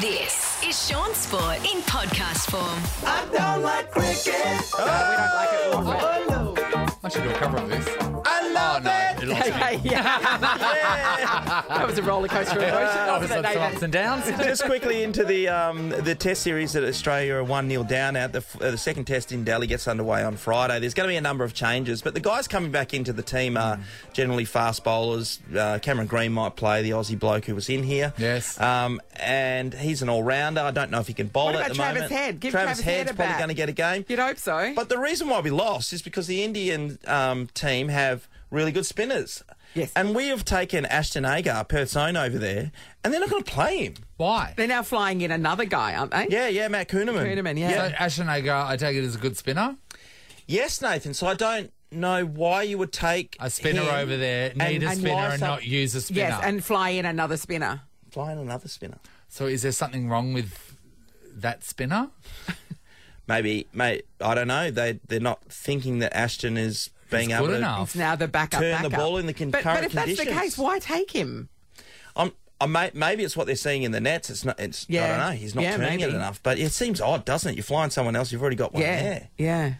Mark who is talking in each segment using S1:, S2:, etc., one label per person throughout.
S1: This is Sean Sport in podcast form.
S2: I don't like cricket.
S3: we don't like it. We'll rip.
S2: Oh, no.
S4: I should do a cover of this.
S2: I
S4: Oh
S2: love
S4: no,
S2: it.
S4: it'll take-
S3: Okay, yeah. that was a roller coaster of emotion,
S4: Oh, it's
S3: wasn't it,
S4: ups ups
S3: David?
S4: and downs.
S5: Just quickly into the um, the test series that Australia are one 0 down at. The, f- uh, the second test in Delhi gets underway on Friday. There's going to be a number of changes, but the guys coming back into the team are generally fast bowlers. Uh, Cameron Green might play the Aussie bloke who was in here.
S4: Yes.
S5: um, and he's an all rounder. I don't know if he can bowl
S3: What
S5: at
S3: about
S5: the
S3: Travis
S5: moment.
S3: Head? Give
S5: Travis,
S3: Travis Head
S5: Head's
S3: a
S5: probably
S3: bat.
S5: going to get a game.
S3: You'd hope so.
S5: But the reason why we lost is because the Indian um, team have really good spinners.
S3: Yes.
S5: And we have taken Ashton Agar, Perth's own, over there, and they're not going to play him.
S4: Why?
S3: They're now flying in another guy, aren't they?
S5: Yeah, yeah, Matt Kuhneman.
S3: Kuhneman, yeah.
S4: So Ashton Agar, I take it as a good spinner.
S5: Yes, Nathan. So I don't know why you would take
S4: A spinner
S5: him
S4: over there,
S5: and-
S4: need a
S5: and
S4: spinner
S5: why
S4: and
S5: some-
S4: not use a spinner.
S3: Yes, and fly in another spinner.
S5: fly in another spinner.
S4: so is there something wrong with that spinner?
S5: Maybe, mate. I don't know. They they're not thinking that Ashton is being
S4: He's
S5: able
S4: good
S5: to.
S4: enough.
S3: It's now the backup.
S5: Oh. Turn the
S3: backup.
S5: ball in the con-
S3: but, but
S5: current
S3: if that's the
S5: conditions.
S3: case, why take him?
S5: I'm, I may, maybe it's what they're seeing in the nets. It's not. It's I
S3: Yeah.
S5: don't know. He's not
S3: Yeah,
S5: turning it
S3: maybe.
S5: enough. But it seems odd, doesn't it? You're flying someone else. You've already got one
S3: Yeah,
S5: there.
S3: yeah.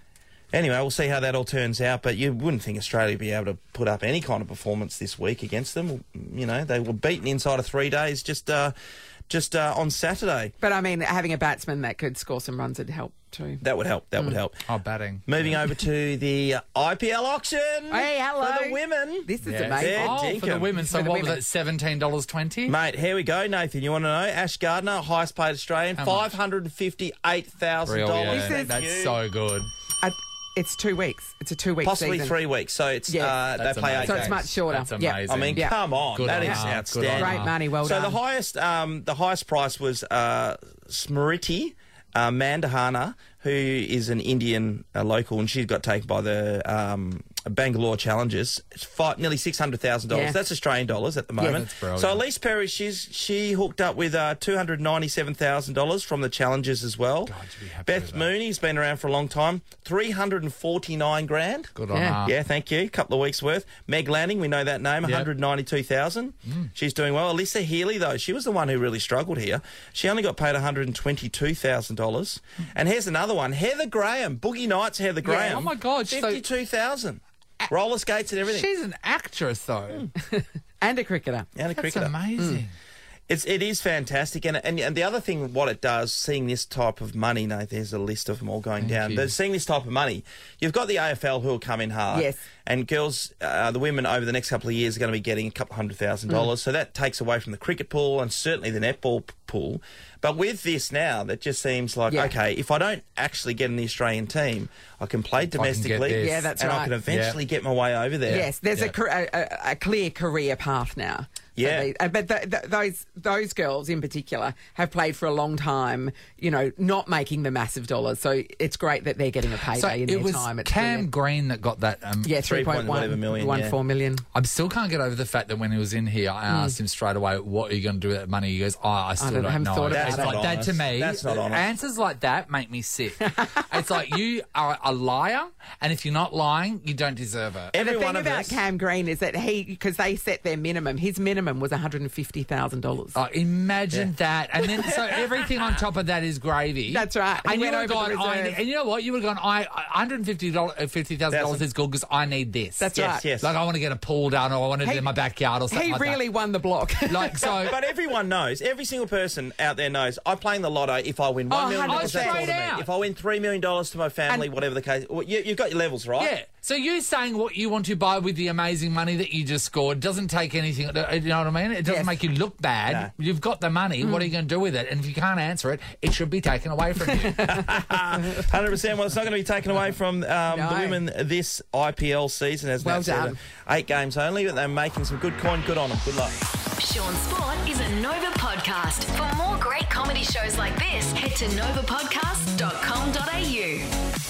S5: Anyway, we'll see how that all turns out. But you wouldn't think Australia would be able to put up any kind of performance this week against them. You know, they were beaten inside of three days just uh, just uh, on Saturday.
S3: But I mean, having a batsman that could score some runs would help too.
S5: That would help.
S3: Mm.
S5: That would help.
S4: Oh, batting.
S5: Moving over to the uh, IPL auction.
S3: Hey, hello.
S5: For the women.
S3: This is
S4: Yes.
S3: amazing.
S5: Yeah.
S4: Oh, for the
S5: Dinkum.
S4: women. So
S3: For the
S4: what
S3: women.
S4: was that? Seventeen dollars twenty.
S5: Mate, here we go, Nathan. You want to know? Ash Gardner, highest paid Australian,
S4: How much?
S5: $558,000.
S3: This is-
S4: That's so good.
S3: Oh. I- it's two weeks. It's a two-week
S5: Possibly
S3: season.
S5: three weeks. So it's
S3: Yes.
S5: uh,
S4: That's
S5: they play
S4: amazing.
S5: eight
S3: So it's
S5: games.
S3: much shorter.
S4: That's
S3: Yeah.
S4: amazing.
S5: I mean,
S3: Yeah.
S5: come on.
S4: Good
S5: that
S4: on
S5: is
S4: her. Good on
S5: outstanding.
S4: her.
S3: Great money. Well
S5: so
S3: done.
S5: the highest, um, the highest price was uh, Smriti uh, Mandahana, who is an Indian uh, local, and she got taken by the um, Bangalore Challengers. It's five, nearly six hundred thousand
S3: Yeah.
S5: dollars. That's Australian dollars at the moment.
S4: that's brilliant.
S5: so Elise Perry, she's she hooked up with uh, two hundred ninety-seven thousand dollars from the Challengers as well.
S4: you'd be happy with
S5: Beth
S4: that.
S5: Mooney's been around for a long time. Three hundred and forty-nine grand.
S4: Good on
S3: Yeah.
S4: her.
S5: Yeah, thank you. A couple of weeks worth. Meg Lanning, we know that name, 192,000.
S4: Mm.
S5: She's doing well. Alyssa Healy, though, she was the one who really struggled here. She only got paid $122,000. And here's another one Heather Graham, Boogie Nights Heather Graham.
S4: oh my God, so-
S5: 52000 Roller skates and everything.
S4: She's an actress, though.
S3: and a cricketer.
S5: and a
S4: That's
S5: cricketer.
S4: amazing.
S3: Hmm.
S5: It's it is fantastic, and, and and the other thing, what it does, seeing this type of money, no, there's a list of them all going down.
S4: you.
S5: But seeing this type of money, you've got the AFL who will come in hard,
S3: Yes.
S5: and girls, uh, the women over the next couple of years are going to be getting a couple hundred
S3: Mm.
S5: thousand dollars. So that takes away from the cricket pool and certainly the netball p- pool. But with this now, that just seems like
S3: Yeah.
S5: okay, if I don't actually get in the Australian team, I can play
S4: get
S5: domestically,
S4: this.
S3: Yeah, that's
S5: and
S3: right.
S5: I can eventually get my way over there.
S3: Yes, there's a
S4: Yeah.
S3: car- a, a, a clear career path now. So
S5: Yeah.
S3: they- uh, but th th those those girls in particular have played for a long time, you know, not making the massive dollars. So it's great that they're getting a payday
S4: So
S3: in
S4: it
S3: their
S4: was
S3: time. It's
S4: Cam
S3: brilliant.
S4: Green that got that. Um,
S3: yeah,
S5: Three
S3: three
S5: point
S3: point one
S5: whatever million,
S3: one
S5: yeah.
S3: four million.
S4: I still can't get over the fact that when he was in here, I asked him straight away, "What are you going to do with that money?" He goes, "Oh, I still
S3: Hmm. don't-
S4: don't,
S3: haven't
S4: know."
S3: thought about
S4: It's
S3: it.
S4: like that
S5: That's
S4: to
S5: not honest.
S4: me.
S5: That's not honest.
S4: Answers like that make me sick. it's like you are a liar, and if you're not lying, you don't deserve it.
S5: Every
S3: The thing
S5: one of
S3: about
S5: us-
S3: Cam Green is that he, because they set their minimum, his minimum was one hundred and fifty thousand dollars.
S4: Oh, imagine that, and then so everything on top of that is gravy.
S3: That's right.
S4: And
S3: He
S4: you would
S3: went
S4: have
S3: over the
S4: gone, I,
S3: reserve.
S4: and you know what? You would have gone, I hundred fifty dollars, fifty thousand dollars is good because I need this.
S3: That's
S5: yes,
S3: right.
S5: yes.
S4: Like I want to get a pool done, or I want to do it in my backyard, or something.
S3: he
S4: like
S3: really won the block.
S4: that. like so.
S5: But everyone knows, every single person out there knows, I'm playing the lotto if I win
S3: Oh,
S5: one million
S3: hundred
S5: dollars, that's all to
S4: straight out.
S5: me. If I win $3 million to my family, whatever the case, well, you, you've got your levels, right?
S4: Yeah. So you saying what you want to buy with the amazing money that you just scored doesn't take anything. uh, You know what I mean? It doesn't
S3: Yes.
S4: make you look bad. You've got the money. What are you going to do with it? And if you can't answer it, it should be taken away from you.
S5: 100%. Well, it's not going to be taken away from um,
S3: No.
S5: the women this IPL season, as
S3: Well
S5: Nat said.
S3: done.
S5: Eight games only, but they're making some good coin. Good on them. Good luck.
S1: Sean Sport is a Nova podcast. For more great comedy shows like this, head to novapodcast.com.au.